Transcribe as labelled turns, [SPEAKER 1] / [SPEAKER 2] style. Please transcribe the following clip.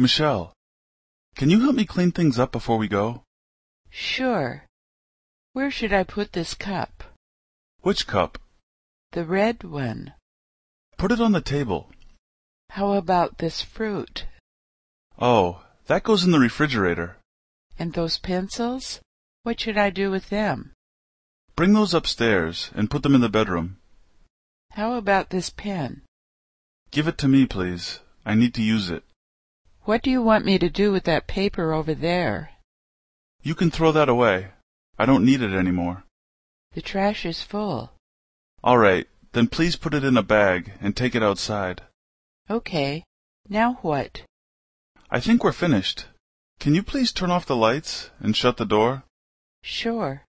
[SPEAKER 1] Michelle, can you help me clean things up before we go?
[SPEAKER 2] Sure. Where should I put this cup?
[SPEAKER 1] Which cup?
[SPEAKER 2] The red one.
[SPEAKER 1] Put it on the table.
[SPEAKER 2] How about this fruit?
[SPEAKER 1] Oh, that goes in the refrigerator.
[SPEAKER 2] And those pencils? What should I do with them?
[SPEAKER 1] Bring those upstairs and put them in the bedroom.
[SPEAKER 2] How about this pen?
[SPEAKER 1] Give it to me, please. I need to use it.
[SPEAKER 2] What do you want me to do with that paper over there?
[SPEAKER 1] You can throw that away. I don't need it anymore.
[SPEAKER 2] The trash is full.
[SPEAKER 1] All right, then please put it in a bag and take it outside.
[SPEAKER 2] Okay. Now what?
[SPEAKER 1] I think we're finished. Can you please turn off the lights and shut the door?
[SPEAKER 2] Sure.